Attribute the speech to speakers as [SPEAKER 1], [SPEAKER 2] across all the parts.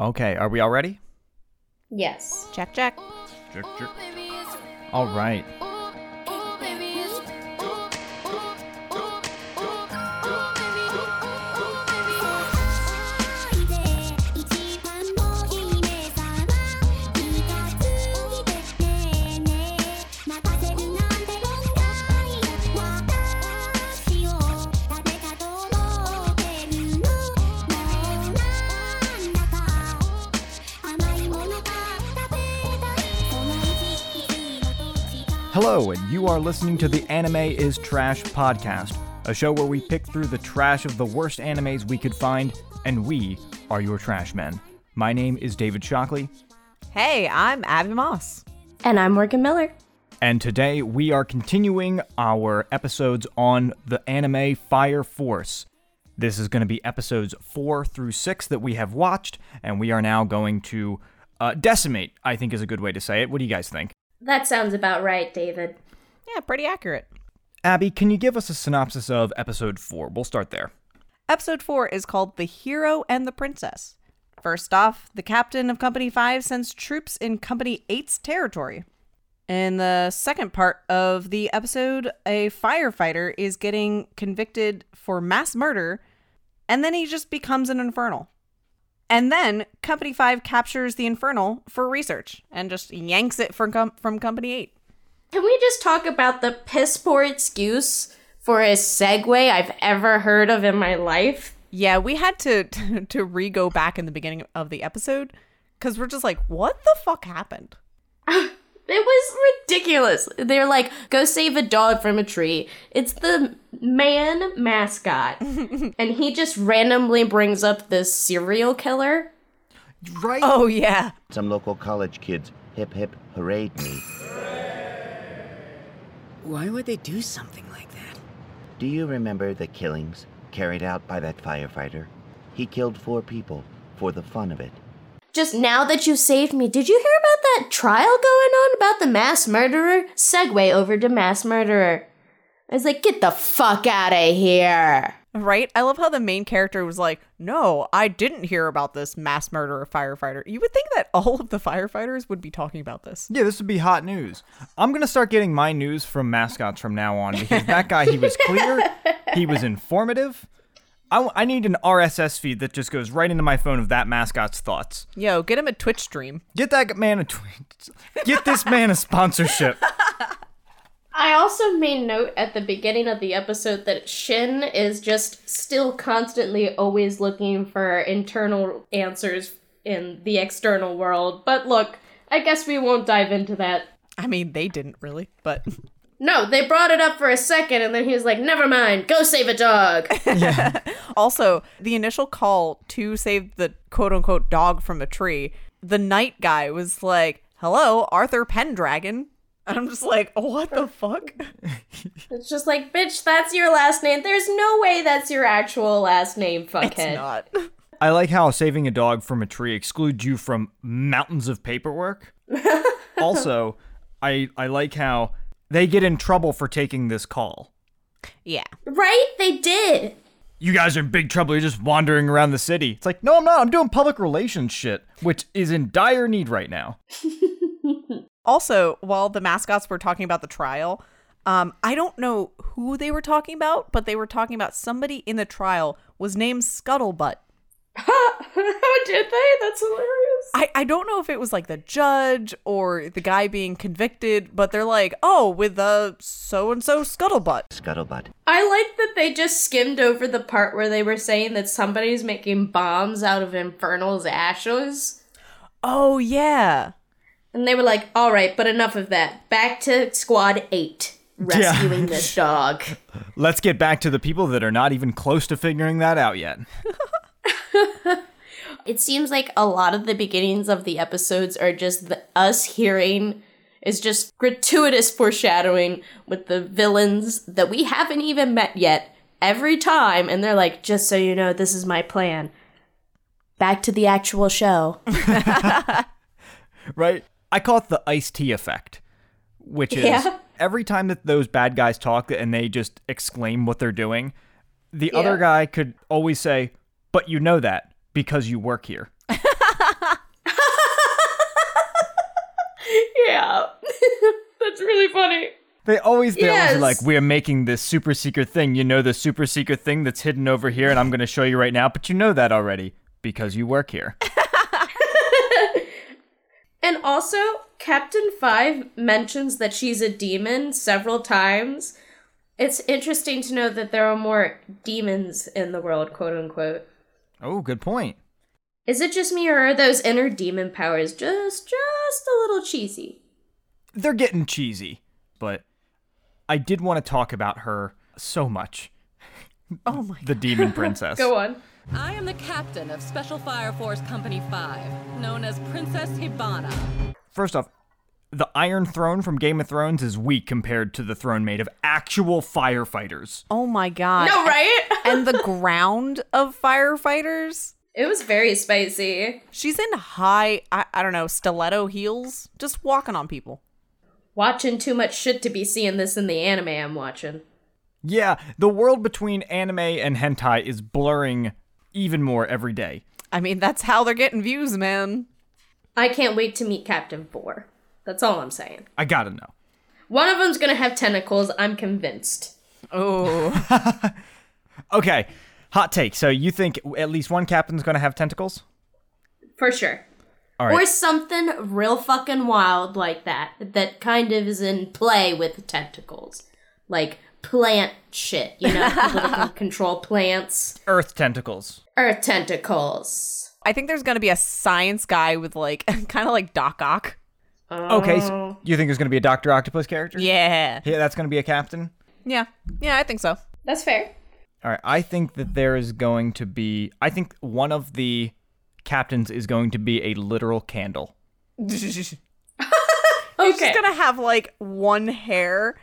[SPEAKER 1] Okay, are we all ready?
[SPEAKER 2] Yes.
[SPEAKER 3] Check, check.
[SPEAKER 1] Check, check. All right. Hello, and you are listening to the Anime is Trash podcast, a show where we pick through the trash of the worst animes we could find, and we are your trash men. My name is David Shockley,
[SPEAKER 3] Hey, I'm Abby Moss.
[SPEAKER 2] And I'm Morgan Miller.
[SPEAKER 1] and today we are continuing our episodes on the anime Fire Force. This is going to be episodes four through six that we have watched, and we are now going to uh, decimate, I think is a good way to say it. What do you guys think?
[SPEAKER 2] That sounds about right, David.
[SPEAKER 3] Yeah, pretty accurate.
[SPEAKER 1] Abby, can you give us a synopsis of episode four? We'll start there.
[SPEAKER 3] Episode 4 is called The Hero and the Princess. First off, the captain of Company 5 sends troops in Company 8's territory. In the second part of the episode, a firefighter is getting convicted for mass murder, and then he just becomes an infernal. And then Company 5 captures the infernal for research and just yanks it from, com- from Company 8.
[SPEAKER 2] Can we just talk about the piss poor excuse for a segue I've ever heard of in my life?
[SPEAKER 3] Yeah, we had to to re go back in the beginning of the episode because we're just like, what the fuck happened?
[SPEAKER 2] It was ridiculous. They're like, go save a dog from a tree. It's the man mascot. and he just randomly brings up this serial killer.
[SPEAKER 1] Right?
[SPEAKER 3] Oh yeah,
[SPEAKER 4] Some local college kids hip hip hooray me.
[SPEAKER 5] Why would they do something like that?
[SPEAKER 4] Do you remember the killings carried out by that firefighter? He killed four people for the fun of it.
[SPEAKER 2] Just now that you saved me, did you hear about that trial going on about the mass murderer? Segue over to mass murderer. I was like, get the fuck out of here.
[SPEAKER 3] right. I love how the main character was like, no, I didn't hear about this mass murderer firefighter. You would think that all of the firefighters would be talking about this.
[SPEAKER 1] Yeah, this would be hot news. I'm gonna start getting my news from mascots from now on because that guy, he was clear, he was informative. I, w- I need an RSS feed that just goes right into my phone of that mascot's thouts.
[SPEAKER 3] Yo, get him a Twitch stream.
[SPEAKER 1] Get that man a tweet. Get this man a sponsorship.
[SPEAKER 2] I also made note at the beginning of the episode that Shin is just still constantly always looking for internal answers in the external world. But look, I guess we won't dive into that.
[SPEAKER 3] I mean, they didn't really, but
[SPEAKER 2] No, they brought it up for a second and then he was like, never mind, go save a dog.
[SPEAKER 3] also the initial call to save the quote unquote dog from a tree. The night guy was like, "Hello, Arthur Pendragon," and I'm just like, "What the fuck?"
[SPEAKER 2] it's just like, bitch, that's your last name. There's no way that's your actual last name, fuckhead.
[SPEAKER 3] It's not.
[SPEAKER 1] I like how saving a dog from a tree excludes you from mountains of paperwork. also, I I like how they get in trouble for taking this call.
[SPEAKER 3] Yeah.
[SPEAKER 2] Right? They did.
[SPEAKER 1] you guys are in big trouble. You're just wandering around the city. It's like, no, I'm not. I'm doing public relations shit, which is in dire need right now.
[SPEAKER 3] Also, while the mascots were talking about the trial, um, I don't know who they were talking about, but they were talking about somebody in the trial was named Scuttlebutt.
[SPEAKER 2] How did they? That's hilarious.
[SPEAKER 3] I, I don't know if it was like the judge or the guy being convicted, but they're like, oh, with the so and so Scuttlebutt.
[SPEAKER 4] Scuttlebutt.
[SPEAKER 2] I like that they just skimmed over the part where they were saying that somebody's making bombs out of Infernal's ashes.
[SPEAKER 3] Oh, yeah.
[SPEAKER 2] And they were like, all right, but enough of that. Back to Squad 8, rescuing this dog.
[SPEAKER 1] Let's get back to the people that are not even close to figuring that out yet.
[SPEAKER 2] It seems like a lot of the beginnings of the episodes are just the, us hearing is just gratuitous foreshadowing with the villains that we haven't even met yet every time. And they're like, just so you know, this is my plan. Back to the actual show.
[SPEAKER 1] right? I call it the iced tea effect, which is
[SPEAKER 2] Yeah.
[SPEAKER 1] every time that those bad guys talk and they just exclaim what they're doing, the
[SPEAKER 2] Yeah.
[SPEAKER 1] other guy could always say, But you know that because you work here.
[SPEAKER 2] It's really funny.
[SPEAKER 1] They always they always
[SPEAKER 2] Yes.
[SPEAKER 1] are like we're making this super secret thing. You know the super secret thing that's hidden over here, and I'm going to show you right now. But you know that already because you work here.
[SPEAKER 2] And also, Captain Five mentions that she's a demon several times. It's interesting to know that there are more demons in the world, quote unquote.
[SPEAKER 1] oh, good point.
[SPEAKER 2] Is it just me or are those inner demon powers just just a little cheesy?
[SPEAKER 1] They're getting cheesy, but I did want to talk about her so much.
[SPEAKER 3] Oh my
[SPEAKER 1] The demon princess.
[SPEAKER 2] Go on.
[SPEAKER 6] I am the captain of Special Fire Force Company 5, known as Princess Hibana.
[SPEAKER 1] First off, the Iron Throne from Game of Thrones is weak compared to the throne made of actual firefighters.
[SPEAKER 3] Oh my god.
[SPEAKER 2] No, right?
[SPEAKER 3] and the ground of firefighters.
[SPEAKER 2] It was very spicy.
[SPEAKER 3] She's in high, I, I don't know, stiletto heels, just walking on people.
[SPEAKER 2] Watching too much shit to be seeing this in the anime I'm watching.
[SPEAKER 1] Yeah, the world between anime and hentai is blurring even more every day.
[SPEAKER 3] I mean, that's how they're getting views, man.
[SPEAKER 2] I can't wait to meet Captain Four. That's all I'm saying.
[SPEAKER 1] I gotta know.
[SPEAKER 2] One of them's gonna have tentacles, I'm convinced.
[SPEAKER 3] Oh,
[SPEAKER 1] Okay, hot take. So you think at least one captain's gonna have tentacles?
[SPEAKER 2] For sure.
[SPEAKER 1] All right.
[SPEAKER 2] Or something real fucking wild like that, that kind of is in play with tentacles. Like plant shit, you know? People that can control plants.
[SPEAKER 1] Earth tentacles.
[SPEAKER 2] Or tentacles.
[SPEAKER 3] I think there's gonna be a science guy with like, kind of like Doc Ock.
[SPEAKER 1] Okay, so you think there's gonna be a Doctor Octopus character?
[SPEAKER 3] Yeah,
[SPEAKER 1] Yeah, that's gonna be a captain.
[SPEAKER 3] yeah, yeah. I think so.
[SPEAKER 2] That's fair.
[SPEAKER 1] All right, I think that there is going to be. I think one of the captains is going to be a literal candle.
[SPEAKER 3] She's
[SPEAKER 2] Okay.
[SPEAKER 3] gonna have like one hair,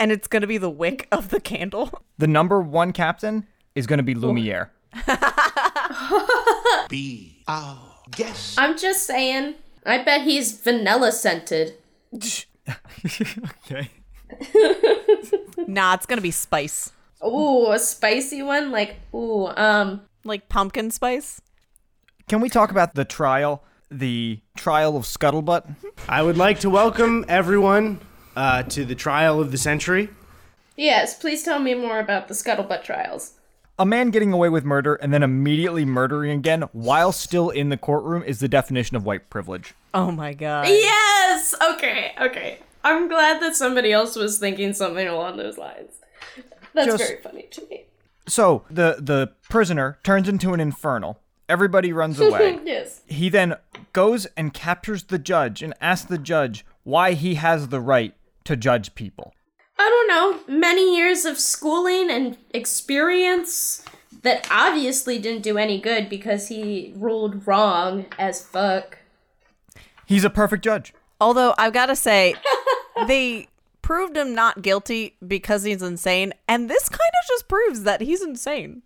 [SPEAKER 3] and it's gonna be the wick of the candle.
[SPEAKER 1] The number one captain is going to be Lumiere.
[SPEAKER 7] Be our guest.
[SPEAKER 2] I'm just saying, I bet he's vanilla scented.
[SPEAKER 1] okay.
[SPEAKER 3] Nah, it's gonna be spice,
[SPEAKER 2] Ooh, a spicy one? Like, ooh, um,
[SPEAKER 3] like pumpkin spice.
[SPEAKER 1] Can we talk about the trial? The trial of Scuttlebutt?
[SPEAKER 8] I would like to welcome everyone uh, to the trial of the century.
[SPEAKER 2] yes, please tell me more about the scuttlebutt trials.
[SPEAKER 1] A man getting away with murder and then immediately murdering again while still in the courtroom is the definition of white privilege.
[SPEAKER 3] Oh my god.
[SPEAKER 2] Yes! Okay, okay. I'm glad that somebody else was thinking something along those lines. That's
[SPEAKER 1] Just-
[SPEAKER 2] very funny to me.
[SPEAKER 1] So the the prisoner turns into an infernal. Everybody runs away.
[SPEAKER 2] Yes.
[SPEAKER 1] he then goes and captures the judge and asks the judge why he has the right to judge people.
[SPEAKER 2] I don't know, many years of schooling and experience that obviously didn't do any good because he ruled wrong as fuck.
[SPEAKER 1] He's a perfect judge.
[SPEAKER 3] Although I've got to say, they proved him not guilty because he's insane, and this kind of just proves that he's insane.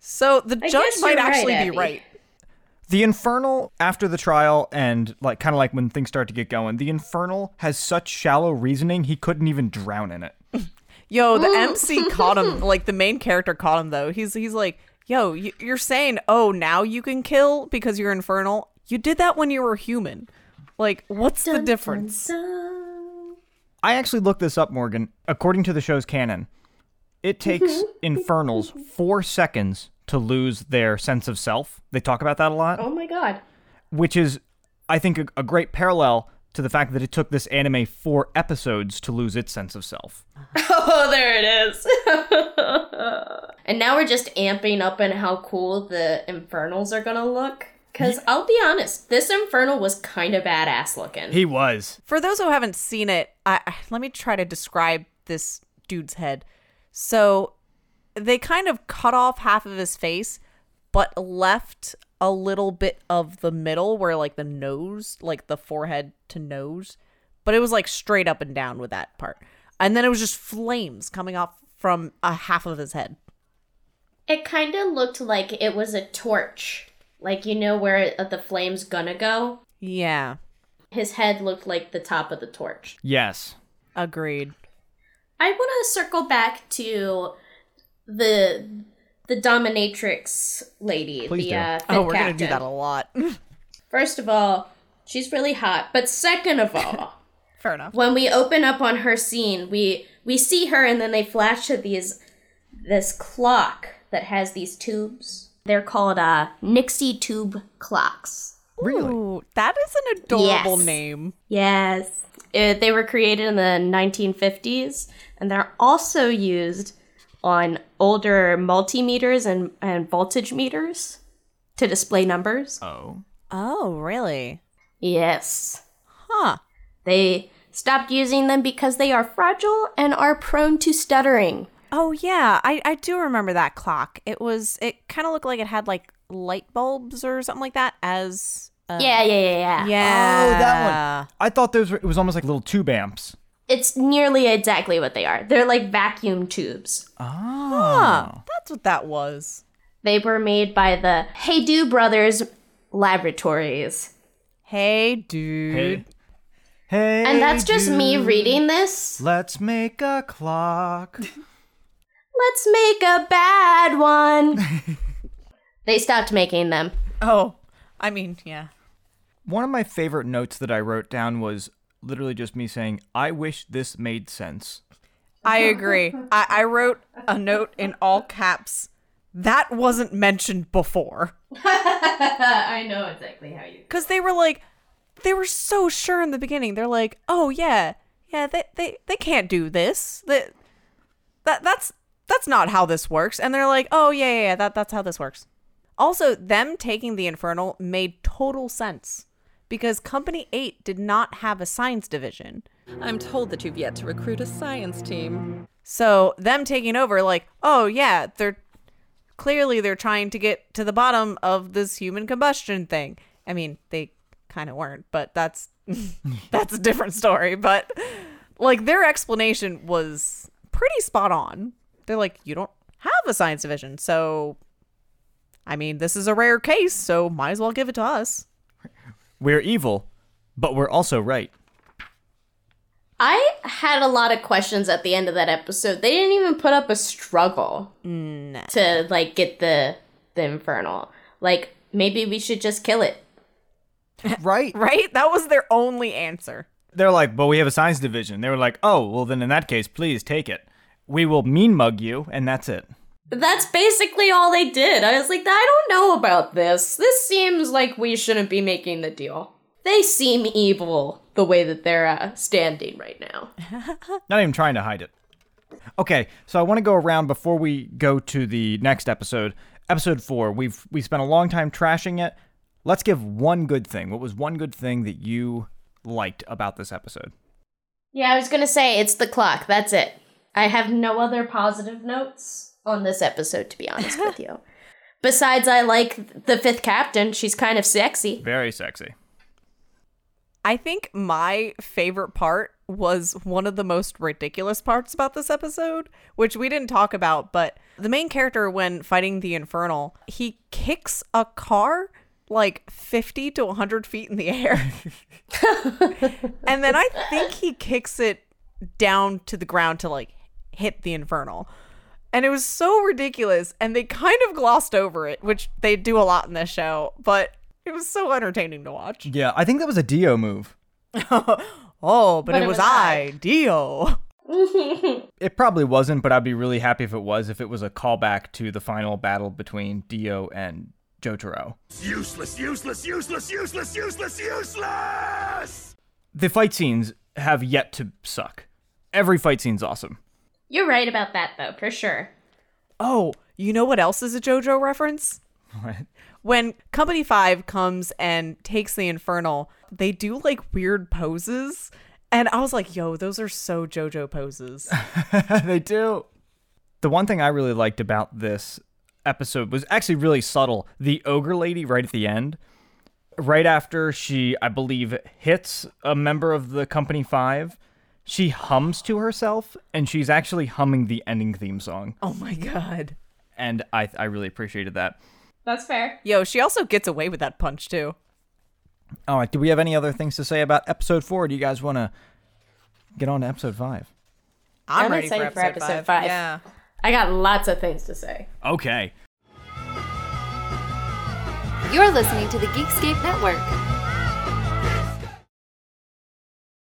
[SPEAKER 3] So the
[SPEAKER 2] I
[SPEAKER 3] judge
[SPEAKER 2] guess
[SPEAKER 3] might
[SPEAKER 2] you're right,
[SPEAKER 3] actually
[SPEAKER 2] Abby.
[SPEAKER 3] be right.
[SPEAKER 1] The infernal after the trial and like kind of like when things start to get going, the infernal has such shallow reasoning he couldn't even drown in it.
[SPEAKER 3] Yo, the MC caught him. Like the main character caught him though. He's he's like, yo, y- you're saying, oh, now you can kill because you're infernal. You did that when you were human. Like, what's the difference?
[SPEAKER 1] I actually looked this up, Morgan. According to the show's canon, it takes infernals 4 seconds to lose their sense of self. They talk about that a lot.
[SPEAKER 2] Oh my god.
[SPEAKER 1] which is i think a, a great parallel to the fact that it took this anime four episodes to lose its sense of self
[SPEAKER 2] Oh, there it is. and now we're just amping up on how cool the infernals are gonna look. Because I'll be honest, this infernal was kind of badass looking.
[SPEAKER 1] he was
[SPEAKER 3] For those who haven't seen it, I, I- let me try to describe this dude's head. So they kind of cut off half of his face, but left a little bit of the middle where, like, the nose, like the forehead to nose, but it was like straight up and down with that part. And then it was just flames coming off from a half of his head.
[SPEAKER 2] it kind of looked like it was a torch. Like, you know where uh, the flame's gonna go?
[SPEAKER 3] Yeah,
[SPEAKER 2] His head looked like the top of the torch.
[SPEAKER 1] yes
[SPEAKER 3] agreed.
[SPEAKER 2] I want to circle back to the the dominatrix lady.
[SPEAKER 1] Please
[SPEAKER 2] the,
[SPEAKER 1] do.
[SPEAKER 2] Uh,
[SPEAKER 3] Oh,
[SPEAKER 2] fifth
[SPEAKER 3] we're gonna do
[SPEAKER 2] captain.
[SPEAKER 3] that a lot.
[SPEAKER 2] First of all, she's really hot. But second of all,
[SPEAKER 3] Fair enough.
[SPEAKER 2] when we open up on her scene, we we see her and then they flash to these this clock that has these tubes. They're called uh Nixie tube clocks.
[SPEAKER 1] Really?
[SPEAKER 3] Ooh, that is an adorable
[SPEAKER 2] Yes.
[SPEAKER 3] name.
[SPEAKER 2] Yes. Uh, they were created in the 1950s and they're also used on older multimeters and, and voltage meters to display numbers.
[SPEAKER 1] Oh.
[SPEAKER 3] Oh, really?
[SPEAKER 2] Yes.
[SPEAKER 3] Huh.
[SPEAKER 2] They stopped using them because they are fragile and are prone to stuttering.
[SPEAKER 3] Oh yeah, I, I do remember that clock. It was it kind of looked like it had like light bulbs or something like that as uh,
[SPEAKER 2] yeah, yeah, yeah, yeah.
[SPEAKER 1] Oh, that one. I thought those were, it was almost like little tube amps.
[SPEAKER 2] It's nearly exactly what they are. They're like vacuum tubes.
[SPEAKER 1] Oh.
[SPEAKER 3] Huh, that's what that was.
[SPEAKER 2] They were made by the Heydu Brothers Laboratories.
[SPEAKER 3] Hey dude.
[SPEAKER 1] Hey. Hey.
[SPEAKER 2] And that's just me
[SPEAKER 1] dude,
[SPEAKER 2] reading this.
[SPEAKER 1] Let's make a clock.
[SPEAKER 2] Let's make a bad one. they stopped making them.
[SPEAKER 3] Oh, I mean, yeah.
[SPEAKER 1] One of my favorite notes that I wrote down was literally just me saying, I wish this made sense.
[SPEAKER 3] I agree. I, I wrote a note in all caps. That wasn't mentioned before.
[SPEAKER 2] I know exactly how you.
[SPEAKER 3] Because they were like, they were so sure in the beginning. They're like, oh, yeah, yeah, they, they, they can't do this. That, that, that's, that's not how this works. And they're like, oh, yeah, yeah, yeah that, that's how this works. Also, them taking the Infernal made total sense because Company 8 did not have a science division.
[SPEAKER 6] I'm told that you've yet to recruit a science team.
[SPEAKER 3] So them taking over, like, oh yeah, they're clearly they're trying to get to the bottom of this human combustion thing. I mean, they kind of weren't, but that's that's a different story. But like their explanation was pretty spot on. They're like, you don't have a science division, so I mean, this is a rare case, so might as well give it to us.
[SPEAKER 1] We're evil, but we're also right.
[SPEAKER 2] I had a lot of questions at the end of that episode. They didn't even put up a struggle to like get the the infernal. Like maybe we should just kill it.
[SPEAKER 1] Right?
[SPEAKER 3] Right? That was their only answer.
[SPEAKER 1] They're like, but we have a science division. They were like, oh, well, then in that case, please take it. We will mean mug you, and that's it.
[SPEAKER 2] That's basically all they did. I was like, I don't know about this. This seems like we shouldn't be making the deal. They seem evil the way that they're uh, standing right now.
[SPEAKER 1] Not even trying to hide it. Okay, so I want to go around before we go to the next episode. Episode four. We've we spent a long time trashing it. Let's give one good thing. What was one good thing that you liked about this episode?
[SPEAKER 2] Yeah, I was gonna say it's the clock. That's it. I have no other positive notes on this episode, to be honest with you. Besides, I like the fifth captain. She's kind of sexy.
[SPEAKER 1] Very sexy.
[SPEAKER 3] I think my favorite part was one of the most ridiculous parts about this episode, which we didn't talk about, but the main character when fighting the infernal, he kicks a car like 50 to 100 feet in the air. and then I think he kicks it down to the ground to like hit the infernal. And it was so ridiculous and they kind of glossed over it, which they do a lot in this show, but it was so entertaining to watch.
[SPEAKER 1] Yeah, I think that was a Dio move.
[SPEAKER 3] Oh, but, it, was, I, Dio.
[SPEAKER 1] It probably wasn't, but I'd be really happy if it was. If it was a callback to the final battle between Dio and Jotaro.
[SPEAKER 7] Useless, useless, useless, useless, useless, useless!
[SPEAKER 1] The fight scenes have yet to suck. Every fight scene's awesome.
[SPEAKER 2] You're right about that, though, for sure.
[SPEAKER 3] Oh, you know what else is a JoJo reference? When Company 5 comes and takes the Infernal, they do like weird poses. And I was like, yo, those are so JoJo poses.
[SPEAKER 1] they do. The one thing I really liked about this episode was actually really subtle. The ogre lady right at the end, right after she, I believe, hits a member of the Company Five, she hums to herself, and she's actually humming the ending theme song.
[SPEAKER 3] oh my God.
[SPEAKER 1] And I, I really appreciated that.
[SPEAKER 2] That's fair.
[SPEAKER 3] Yo, she also gets away with that punch too.
[SPEAKER 1] All right, do we have any other things to say about episode four? Or do you guys want to get on to episode five?
[SPEAKER 3] I'm,
[SPEAKER 2] I'm
[SPEAKER 3] ready
[SPEAKER 2] excited for
[SPEAKER 3] for episode,
[SPEAKER 2] episode
[SPEAKER 3] five.
[SPEAKER 2] five.
[SPEAKER 3] Yeah.
[SPEAKER 2] I got lots of things to say.
[SPEAKER 1] Okay.
[SPEAKER 9] You're listening to the Geekscape Network.